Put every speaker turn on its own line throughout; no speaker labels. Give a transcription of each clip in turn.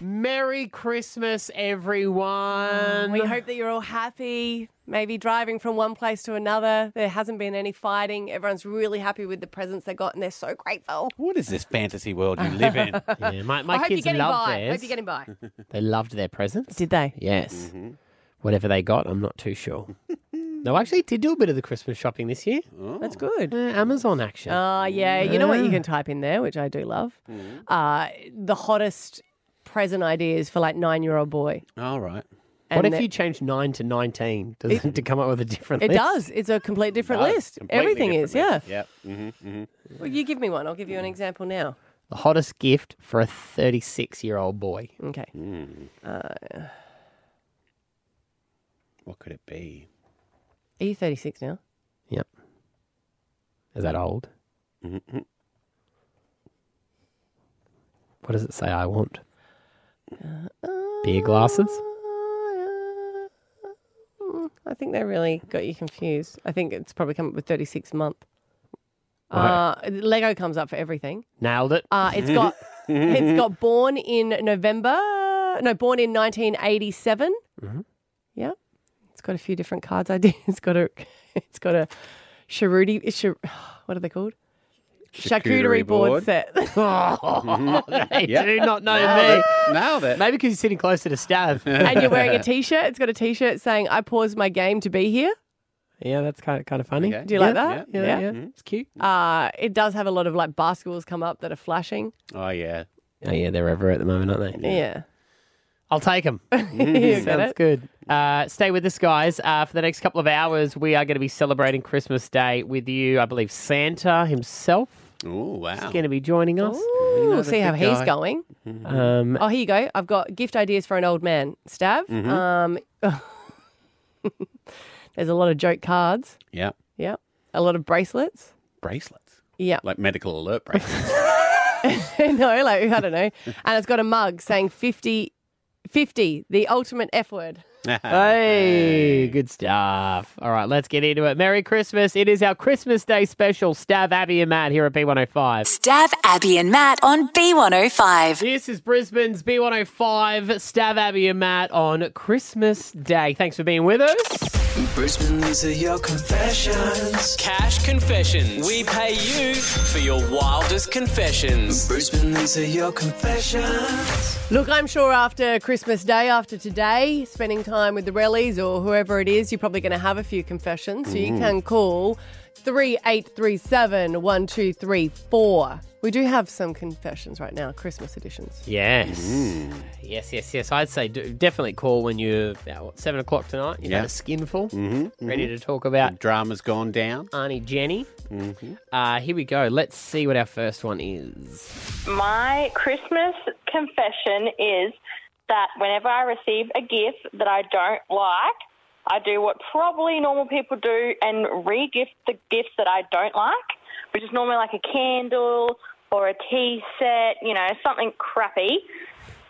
Merry Christmas, everyone.
We hope that you're all happy. Maybe driving from one place to another. There hasn't been any fighting. Everyone's really happy with the presents they got and they're so grateful.
What is this fantasy world you live in?
Yeah, my my
I hope you're
kids
getting
loved
by.
theirs.
Hope you're getting by.
They loved their presents.
Did they?
Yes. Whatever they got, I'm not too sure. no, I actually did do a bit of the Christmas shopping this year.
That's good.
Uh, Amazon action.
Oh, yeah. You know what you can type in there, which I do love?
Mm.
Uh, the hottest present ideas for like nine year old boy.
All right.
what
And
if
it-
you change nine to nineteen? Does it, to come up with a different?
It
list?
does. It's a complete different list.
Completely
Everything
different
is, yeah.
list. Yep. hmm
Well, you give me one. I'll give you an example now.
The hottest gift for a 36 year old boy.
Okay.
Mm. What could it be?
Are you 36 now?
Yep. Is that old? What does it say I want? Beer glasses?
Mm, I think they really got you confused. I think it's probably come up with 36 month.
Right.
Uh, Lego comes up for everything.
Nailed it.
Uh, it's got it's got born in November. No, born in 1987.
Mm-hmm.
Yeah, it's got a few different cards. I did. It's got a it's got a charuti. Char, what are they called?
Charcuterie board.
set.
they
Yep.
do not know me.
Nailed it. Nailed it.
Maybe because you're sitting closer to Stav.
and you're wearing a t-shirt. It's got a t-shirt saying "I paused my game to be here."
yeah, that's kind of, kind of funny.
Okay. Do
you
yeah,
like that?
Yeah, yeah.
Yeah.
It's cute.
Uh, it does have a lot of like basketballs come up that are flashing.
Oh, yeah.
Oh, yeah, they're ever at the moment, aren't they?
Yeah,
I'll take them.
You get
Mm-hmm. Sounds
it?
good. Uh, stay with us, guys. Uh, for the next couple of hours, we are going to be celebrating Christmas Day with you. I believe Santa himself
Oh, wow.
is going to be joining us.
Ooh, see how
big
he's
guy.
going.
Um,
Oh, here you go. I've got gift ideas for an old man, Stav.
Mm-hmm.
Um, there's a lot of joke cards.
Yep.
Yep. A lot of bracelets.
Bracelets.
Yeah.
Like medical alert bracelets.
no, like, I don't know. And it's got a mug saying 50, 50, the ultimate F word.
Hey, good stuff. All right, let's get into it. Merry Christmas. It is our Christmas Day special. Stav, Abby, and Matt here at B105.
Stav, Abby, and Matt on B105.
This is Brisbane's B105, Stav, Abby, and Matt on Christmas Day. Thanks for being with us.
Brisbane, these are your confessions.
Cash Confessions. We pay you for your wildest confessions.
Brisbane, these are your confessions.
Look, I'm sure after Christmas Day, after today, spending time with the Rellies or whoever it is, you're probably going to have a few confessions. So you can call 3837 1234. We do have some confessions right now, Christmas editions.
Yes. Yes, yes, yes. I'd say do, definitely call when you're about what, 7 o'clock tonight. You've
Yeah. Mm.
had a skinful. Ready to talk about
Drama's gone down.
Arnie Jenny. Uh, here we go. Let's see what our first one is.
My Christmas confession is that whenever I receive a gift that I don't like, I do what probably normal people do and re-gift the gifts that I don't like, which is normally like a candle or a tea set, you know, something crappy.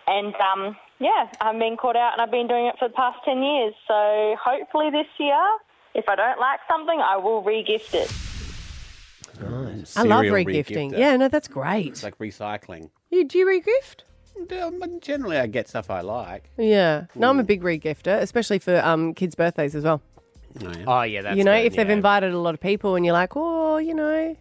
And um, yeah, I've been caught out and I've been doing it for the past 10 years. So hopefully this year, if I don't like something, I will re-gift it.
I love
Serial
regifting.
re-gifter.
Yeah, no, that's great.
It's like recycling.
You do you regift?
Um, Generally, I get stuff I like.
Yeah. No, I'm a big regifter, especially for um, kids' birthdays as well.
Oh, yeah, that's
you know,
good,
if they've
yeah.
invited a lot of people and you're like, oh, you know,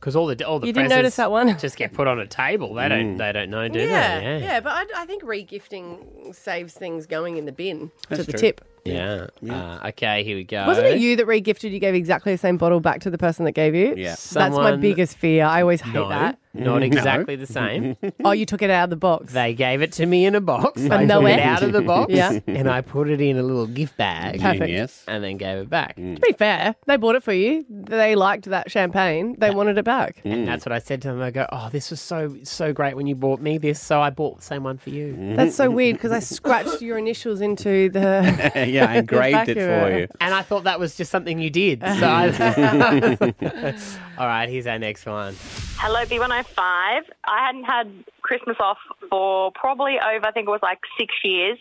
Because all the all the
You didn't
presents
notice that one?
just get put on a table. They don't they don't know, do
yeah,
they?
yeah, but I, I think regifting saves things going in the bin to
That's
the
true.
tip.
Yeah. Uh, okay, here we go.
Wasn't it you that regifted? You gave exactly the same bottle back to the person that gave you.
Yeah.
that's my
Someone-
biggest fear. I always hate
No,
that.
not exactly the same.
Oh, you took it out of the box.
They gave it to me in a box. I
no
took it
end.
out of the box,
Yeah.
and I put it in a little gift bag,
Perfect.
Yes.
and then gave it back.
to be fair, they bought it for you. They liked that champagne. They wanted it back.
And that's what I said to them. I go, "Oh, this was so so great when you bought me this, so I bought the same one for you."
That's so weird because I scratched your initials into the.
yeah, I engraved it for
Vacuum.
you.
And I thought that was just something you did. So, I... all right, here's our next one.
Hello, B105. I hadn't had Christmas off for probably over, I think it was like six years.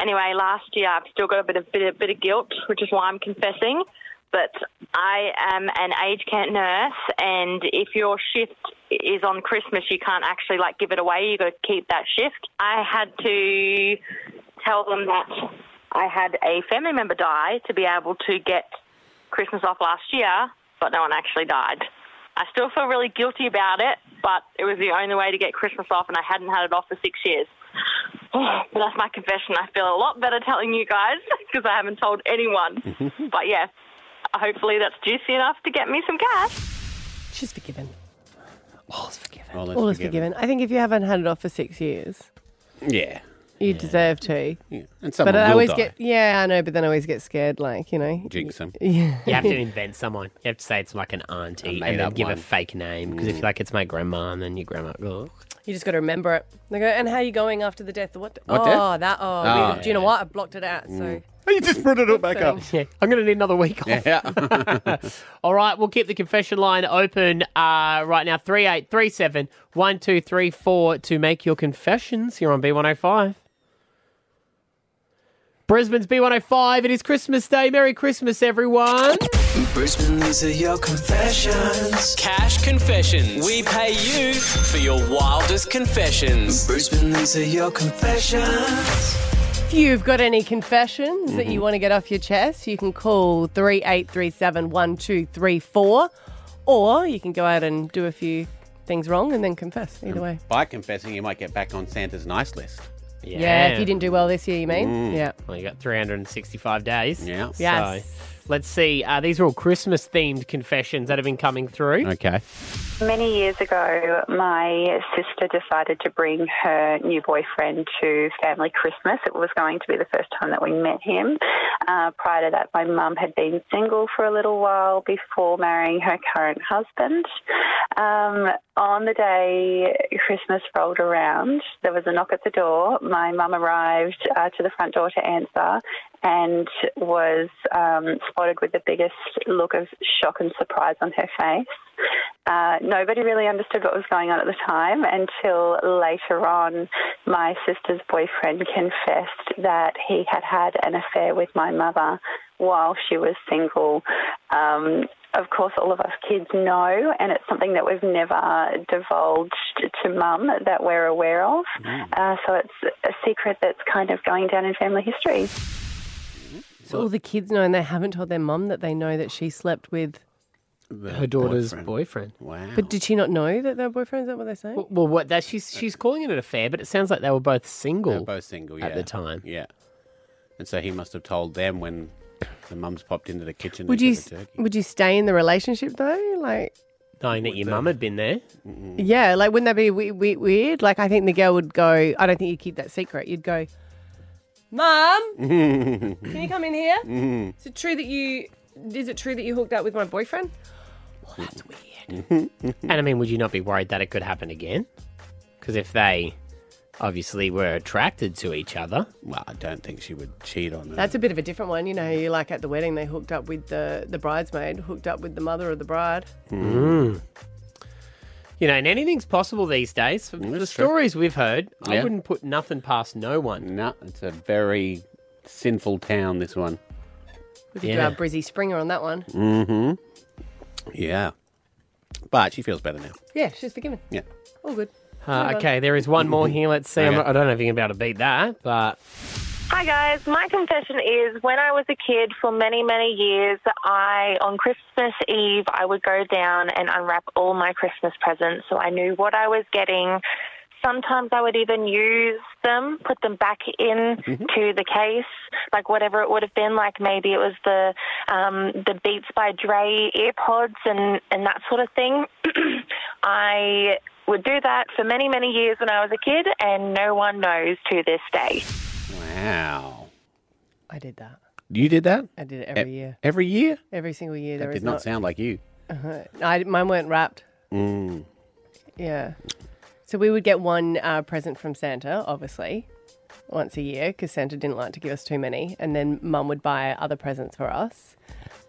Anyway, last year I've still got a bit of bit of, bit of guilt, which is why I'm confessing. that I am an age camp nurse, and if your shift is on Christmas, you can't actually like give it away. You got to keep that shift. I had to tell them that I had a family member die to be able to get Christmas off last year, but no one actually died. I still feel really guilty about it, but it was the only way to get Christmas off, and I hadn't had it off for six years. but that's my confession. I feel a lot better telling you guys because I haven't told anyone. but yeah, hopefully that's juicy enough to get me some cash.
She's forgiven.
All is
All is forgiven. I think if you haven't had it off for six years,
Yeah.
you deserve to.
yeah. And someone
But I
will
always
die.
get, yeah, I know, but then I always get scared, like, you know.
Jinx 'em.
You have to invent someone. You have to say it's like an auntie and then
made-up
give a
one.
fake name because if you're like it's my grandma and then your grandma, oh,
You just got to remember it. They go, and how are you going after the death? What?
What
oh,
death?
that. Oh,
Ah.
we- do you know what? I blocked it out. So
You just put it all back up.
yeah, I'm gonna need another week off.
Yeah.
All right, we'll keep the confession line open uh, right now. Three eight three seven one two three four to make your confessions. You're on B105. Brisbane's B105. It is Christmas Day. Merry Christmas, everyone.
Brisbane, these are your confessions.
Cash Confessions. We pay you for your wildest confessions.
Brisbane, these are your confessions.
if you've got any confessions that you want to get off your chest, you can call 38371234 or you can go out and do a few things wrong and then confess. Either way.
By confessing, you might get back on Santa's nice list.
Yeah.
Yeah. Mm. if you didn't do well this year, you mean? Yeah.
Well, you got 365 days.
Yeah.
Yes.
So let's see. Uh, these are all Christmas themed confessions that have been coming through.
Okay.
Many years ago, my sister decided to bring her new boyfriend to family Christmas. It was going to be the first time that we met him. Uh, prior to that, my mum had been single for a little while before marrying her current husband. Um, on the day Christmas rolled around, there was a knock at the door. My mum arrived uh, to the front door to answer and was um, spotted with the biggest look of shock and surprise on her face. Uh, nobody really understood what was going on at the time until later on, my sister's boyfriend confessed that he had had an affair with my mother while she was single. Um, of course, all of us kids know, and it's something that we've never divulged to mum that we're aware of. Uh, so it's a secret that's kind of going down in family history.
So all the kids know and they haven't told their mum that they know that she slept with.
Her daughter's boyfriend.
Wow.
But did she not know that they were boyfriends? Is that what they're saying?
Well, well, what that she's she's calling it an affair, but it sounds like they were both
They're
single.
both single, yeah.
at the time.
Yeah. And so he must have told them when the mum's popped into the kitchen
Would
to
you
get the turkey.
would you stay in the relationship though? Like,
Knowing that your mum had been there.
yeah, like wouldn't that be we- we- weird? Like, I think the girl would go. I don't think you keep that secret. You'd go, Mum, can you come in here?
Mm-hmm.
Is it true that you? Is it true that you hooked up with my boyfriend? Well, that's weird.
Hmm.
And I mean, would you not be worried that it could happen again? Because if they obviously were attracted to each other,
Well, I don't think she would cheat on her.
That's a bit of a different one. You know, you like at the wedding they hooked up with the the bridesmaid, hooked up with the mother of the bride.
you know, and anything's possible these days. From the stories we've heard, I
Mm, Yeah.
wouldn't put nothing past no one.
No, it's a very sinful town, this one.
We could do
Yeah.
our Brizzy Springer on that one.
Mm. Yeah. But she feels better now.
Yeah, she's forgiven.
Yeah.
All good.
Uh, okay, there is one more here. Let's see. I'm
Okay.
not- I don't know if you're going to be able to beat that, but
Hi guys, my confession is when I was a kid for many, many years, I on Christmas Eve I would go down and unwrap all my Christmas presents so I knew what I was getting. Sometimes I would even use them, put them back in to the case, like whatever it would have been, like maybe it was the um, the Beats by Dre earpods and and that sort of thing. I would do that for many, many years when I was a kid, and no one knows to this day.
Wow.
I did that.
You did that?
I did it every year.
Every year?
Every single year. there
That
is
did not sound like you.
I, mine weren't wrapped. Yeah. So we would get one uh, present from Santa, obviously, once a year because Santa didn't like to give us too many. And then Mum would buy other presents for us.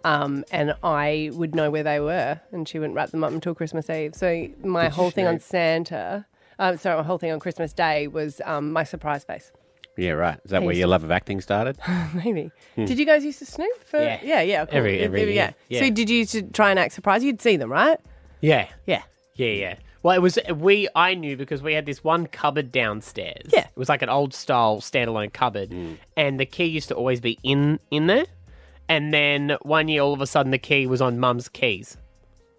Um, and I would know where they were, and she wouldn't wrap them up until Christmas Eve. So my whole thing on Santa, uh, sorry, my whole thing on Christmas Day was um, my surprise face.
Yeah, right. Is that where
He's-
your love of acting started?
Maybe. Did you guys used to snoop for?
Yeah.
yeah, yeah, cool.
Every-
Yeah,
every
yeah.
year. Yeah.
So did you used to try and act surprised? You'd see them, right?
Yeah.
Yeah.
Yeah, yeah. Well, it was we. I knew because we had this one cupboard downstairs.
Yeah.
it was like an old style standalone cupboard, and the key used to always be in in there. And then one year, all of a sudden, the key was on Mum's keys.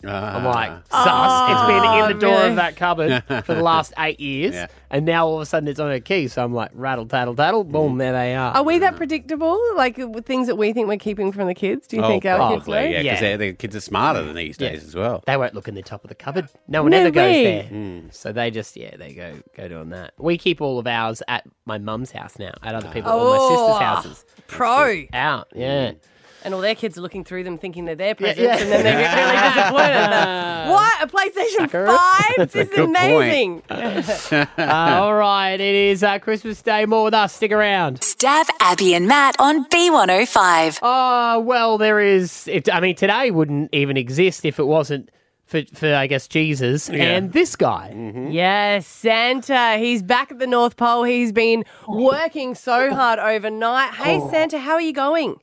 Ah.
I'm like, sus. it's been in the door
really?
of that cupboard for the last eight years,
Yeah.
and now all of a sudden it's on her key. So I'm like, rattle, tattle, tattle, boom, there they are.
Are we that predictable? Like with things that we think we're keeping from the kids? Do you think our kids know?
Oh, probably, yeah,
Yeah.
because the kids are smarter than these
Yeah.
days as well.
They won't look in the top of the cupboard. No one
No
ever
way.
goes there. So they just yeah, they go go doing that. We keep all of ours at my mum's house now, at other people, all my sister's
Oh.
houses.
Pro.
Out, yeah.
And all their kids are looking through them, thinking they're their presents,
yeah.
and then they get really disappointed. at that. What a PlayStation Five! This is
good point. Mm-hmm.
amazing.
Uh, all right, it is uh, Christmas Day. More with us. Stick around.
Stab Abby and Matt on B105.
Oh well, there is. It, I mean, today wouldn't even exist if it wasn't for, for I guess Jesus and this guy.
Yes, Santa. He's back at the North Pole. He's been working so hard overnight. Hey,
Oh.
Santa, how are you going?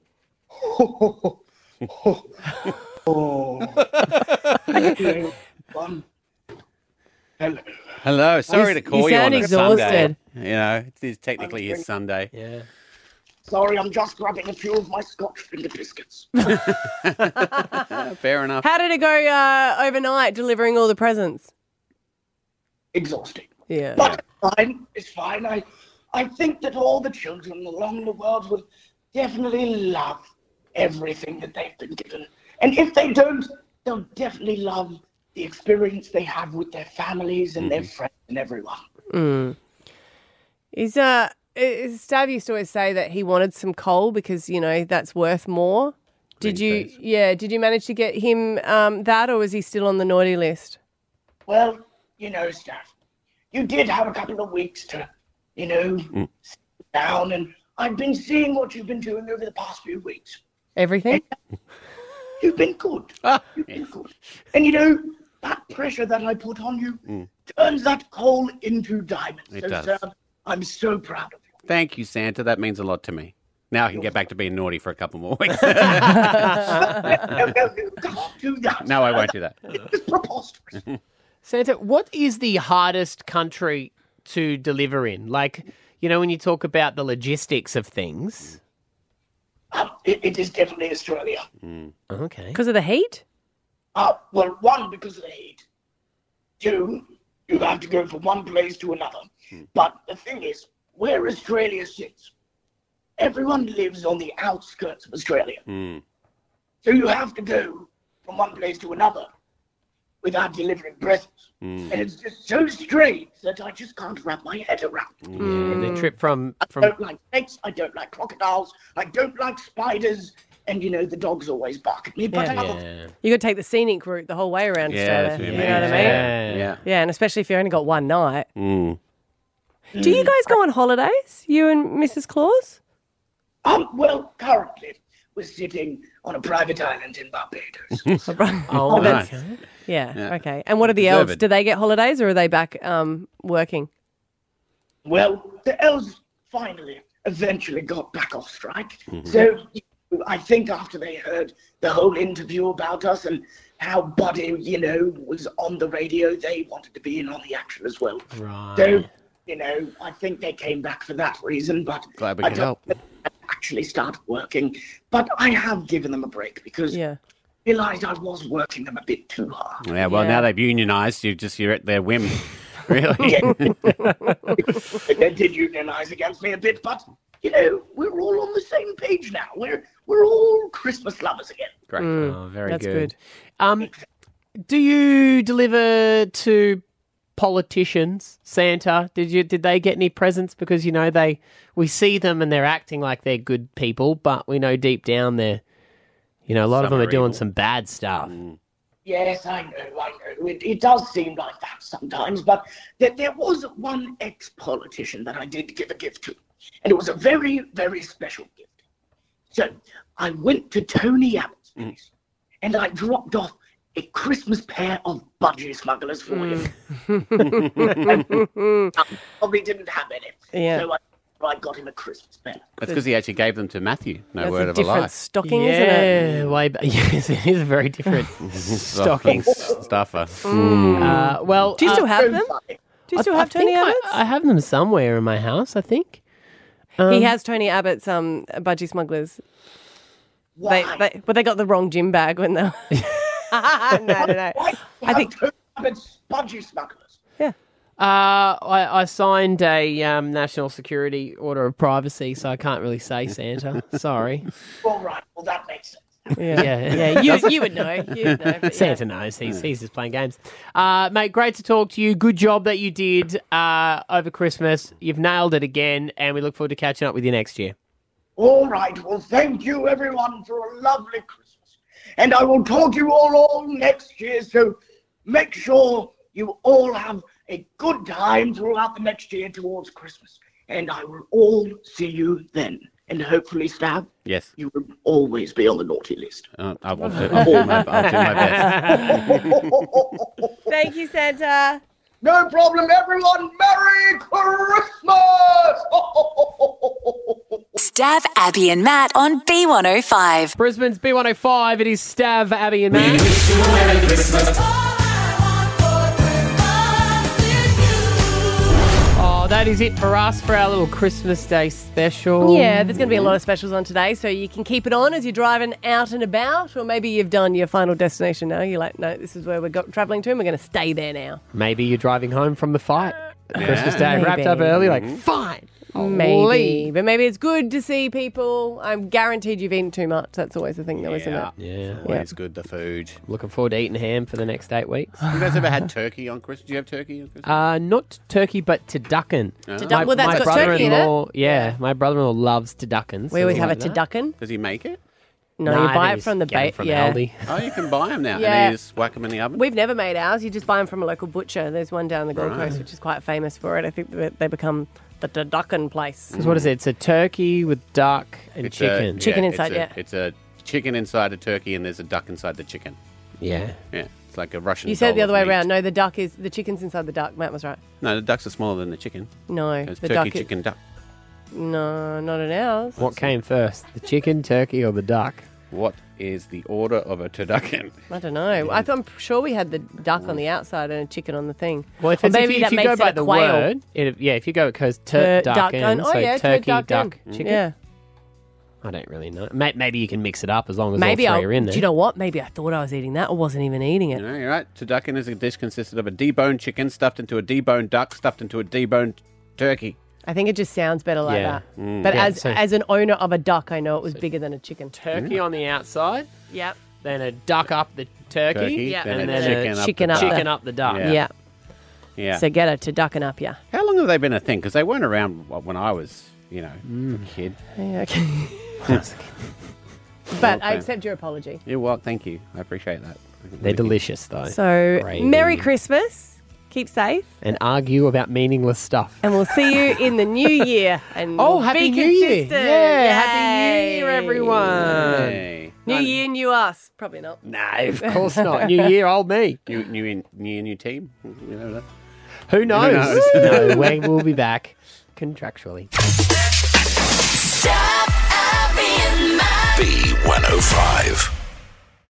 Hello, sorry
You
to
s-
call
you
you, on
sound
a Sunday.
exhausted.
You know, it is technically his Sunday.
Yeah.
Sorry, I'm just grabbing a few of my Scotch finger biscuits.
Fair enough.
How did it go uh, overnight delivering all the presents?
Exhausting.
Yeah.
But fine, it's fine. I, I think that all the children along the world will definitely love everything that they've been given. And if they don't, they'll definitely love the experience they have with their families and their friends and everyone.
Is uh, is- Stav used to always say that he wanted some coal because you know that's worth more. Did you? Yeah. Did you manage to get him um, that, or is he still on the naughty list?
Well, you know, Steph, you did have a couple of weeks to, you know, sit down, and I've been seeing what you've been doing over the past few weeks.
Everything.
You've been good.
Ah,
You've been good. And you know, that pressure that I put on you turns that coal into diamonds.
Mm. It
so,
does.
Sir, I'm so proud of you.
Thank you, Santa. That means a lot to me. Now I can get back to being naughty for a couple more weeks.
no, no, you can't do that.
no, I won't do that.
It's preposterous.
Santa, what is the hardest country to deliver in? Like, you know, when you talk about the logistics of things.
um, it, it is definitely Australia.
Okay.
Because of the heat.
Uh, well, one, because of the heat. Two, you have to go from one place to another.
Hmm.
But the thing is, where Australia sits, everyone lives on the outskirts of Australia.
Hmm.
So you have to go from one place to another without delivering presents. And it's just so strange that I just can't wrap my head around.
Hmm.
it.
Yeah, the trip from
I
from
don't like snakes, I don't like crocodiles, I don't like spiders, and you know, the dogs always bark at me. But
yeah.
other
You got to take the scenic route the whole way around
Yeah,
Australia.
that's what I
you
mean.
know what I mean?
Yeah.
Yeah.
Yeah, and especially if you only got one night.
Mm.
Do you guys go on holidays, you and Mrs. Claus?
Um, well, currently we're sitting on a private island in Barbados.
Oh,
that's-
okay.
Yeah,
Yeah.
okay. And what are the
Deserved.
elves? Do they get holidays or are they back um, working?
well, the elves finally, eventually got back off strike.
Mm-hmm.
So I think after they heard the whole interview about us and how Buddy, you know, was on the radio, they wanted to be in on the action as well. So, you know, I think they came back for that reason, but
Glad we
I
could
don't
help.
think they actually started working. But I have given them a break because
Yeah.
I realized I was working them a bit too hard.
Yeah. Well, now they've unionised. You just you're at their whim. Really?
they did unionize against me a bit, but you know, we're all on the same page now. We're we're all Christmas lovers again.
Great.
Mm.
Oh, very
That's
good.
good.
Um, do you deliver to politicians, Santa? Did you did they get any presents? Because you know they we see them and they're acting like they're good people, but we know deep down they're you know a lot of
Some
them are
are
doing
evil.
some bad stuff.
Mm.
Yes, I know, I know. It, it does seem like that sometimes, but there, there was one ex-politician that I did give a gift to, and it was a very, very special gift. So I went to Tony Abbott's place, and I dropped off a Christmas pair of budgie smugglers for him. um, Probably didn't have any.
Mm. Yeah.
So I I got him a Christmas bear.
That's because he actually gave them to Matthew. No
That's
word
a
of a
different
lie.
stocking, isn't it?
way ba- yes, it is very different stockings.
Stuffer.
Mm.
Hmm.
Uh, well,
Do you
uh,
still have them?
Like,
Do you still
I
have Tony
think I-
Abbott's?
I, have them somewhere in my house. I think.
he has Tony Abbott's um, budgie smugglers. They,
Why?
they, but they got the wrong gym bag when they. no, no, no.
Why do
I
you have
think-
two rabid spongy smugglers?
Uh, I, I signed a um, national security order of privacy, so I can't really say Santa. Sorry.
All right, well, that makes sense.
Yeah, yeah. You,
You would know. You'd know. but yeah.
Santa knows. He's, he's just playing games. Uh, mate, great to talk to you. Good job that you did uh, over Christmas. You've nailed it again, and we look forward to catching up with you next year.
All right, well, thank you, everyone, for a lovely Christmas. And I will talk to you all, all next year, so make sure you all have a good time throughout the next year towards Christmas. And I will all see you then. And hopefully, Stab,
Yes.
you will always be on the naughty list.
Uh, I'll, I'll, do, I'll, do my, I'll do my best.
Thank you, Santa.
No problem, everyone. Merry Christmas!
Stab Abby and Matt on B105.
Brisbane's B105. It is Stav, Abby, and Matt. Oh, that is it for us for our little Christmas Day special.
Yeah, there's going to be a lot of specials on today, so you can keep it on as you're driving out and about, or maybe you've done your final destination now. You're like, no, this is where we're go- traveling to, and we're going to stay there now.
Maybe you're driving home from the fight. Christmas Day wrapped
Maybe.
up early, like, fine. I'll
Maybe,
leave.
but maybe it's good to see people. I'm guaranteed you've eaten too much. That's always the thing, though, isn't it?
Yeah.
Yeah.
Always good, the food.
Looking forward to eating ham for the next eight weeks.
You guys ever had turkey on Christmas? Do you have turkey on Christmas?
Uh, not turkey, but Tadukan.
Tadukan-
My,
well,
my
that's got turkey in it.
brother-in-law, yeah, my brother-in-law loves Tadukan.
We always have a tadukan.
Does he make it?
No, you buy it from the bait. Yeah.
Aldi.
Oh, you can buy them now.
Yeah.
And you just whack them in the oven?
We've never made ours. You just buy them from a local butcher. There's one down the Gold Coast, which is quite famous for it. I think that they become the Duduckin place.
So what is it? It's a turkey with duck and
It's a-
chicken.
yeah,
Chicken
it's
inside,
a-
yeah.
It's a chicken inside a turkey and there's a duck inside the chicken.
Yeah.
Yeah. It's like a Russian.
You said it the other
doll of
way
meat.
around. No, the duck is the chicken's inside the duck. Matt was right.
No, the ducks are smaller than the chicken.
No,
It's
the
turkey,
duck.
chicken, duck.
No, not in ours.
What came first, the chicken, turkey, or the duck?
What is the order of a turducken?
I don't know. I thought, I'm sure we had the duck on the outside and a chicken on the thing.
Well, if,
Or
it's-
maybe
if, you-
that
if you
makes
go
it
by
a
the
quail.
word, it, yeah, if you go, it goes
Uh,
tur- duck,
and-
and
oh
so
yeah,
turkey,
turducken.
duck, chicken.
Yeah.
I don't really know. May- Maybe you can mix it up as long as
Maybe
all
I.
three are in
Do
there.
you know what? Maybe I thought I was eating that. I wasn't even eating it.
You know, you're right. Turducken is a dish consisted of a deboned chicken stuffed into a deboned duck stuffed into a deboned turkey.
I think it just sounds better like
Yeah. Mm.
that. But
Yeah,
as
so-
as an owner of a duck, I know it was bigger than a chicken.
turkey on the outside,
Yep.
then a duck up the turkey,
Turkey, then
and
a
then
chicken,
a
up
chicken
the
up
duck.
chicken up the duck.
Yeah.
Yeah. Yeah.
So get it to ducking up, yeah.
How long have they been a thing? Because they weren't around wh- when I was, you know,
Mm.
a kid.
Yeah, okay. but I
Okay.
accept your apology.
Yeah, well, thank you. I appreciate that.
They're delicious though.
So
Gravy.
Merry Christmas. Keep safe.
and argue about meaningless stuff.
And we'll see you in the new year. And
Oh,
be
Happy New Year.
consistent.
Yeah, Happy New Year,
Yay.
everyone.
Hey.
New year, new us. Probably not.
No, of course not. New year, old me.
New, new, in, new, new team. You know that.
Who knows?
knows?
no, we will be back contractually.
Stab Abby and Matt.
B105.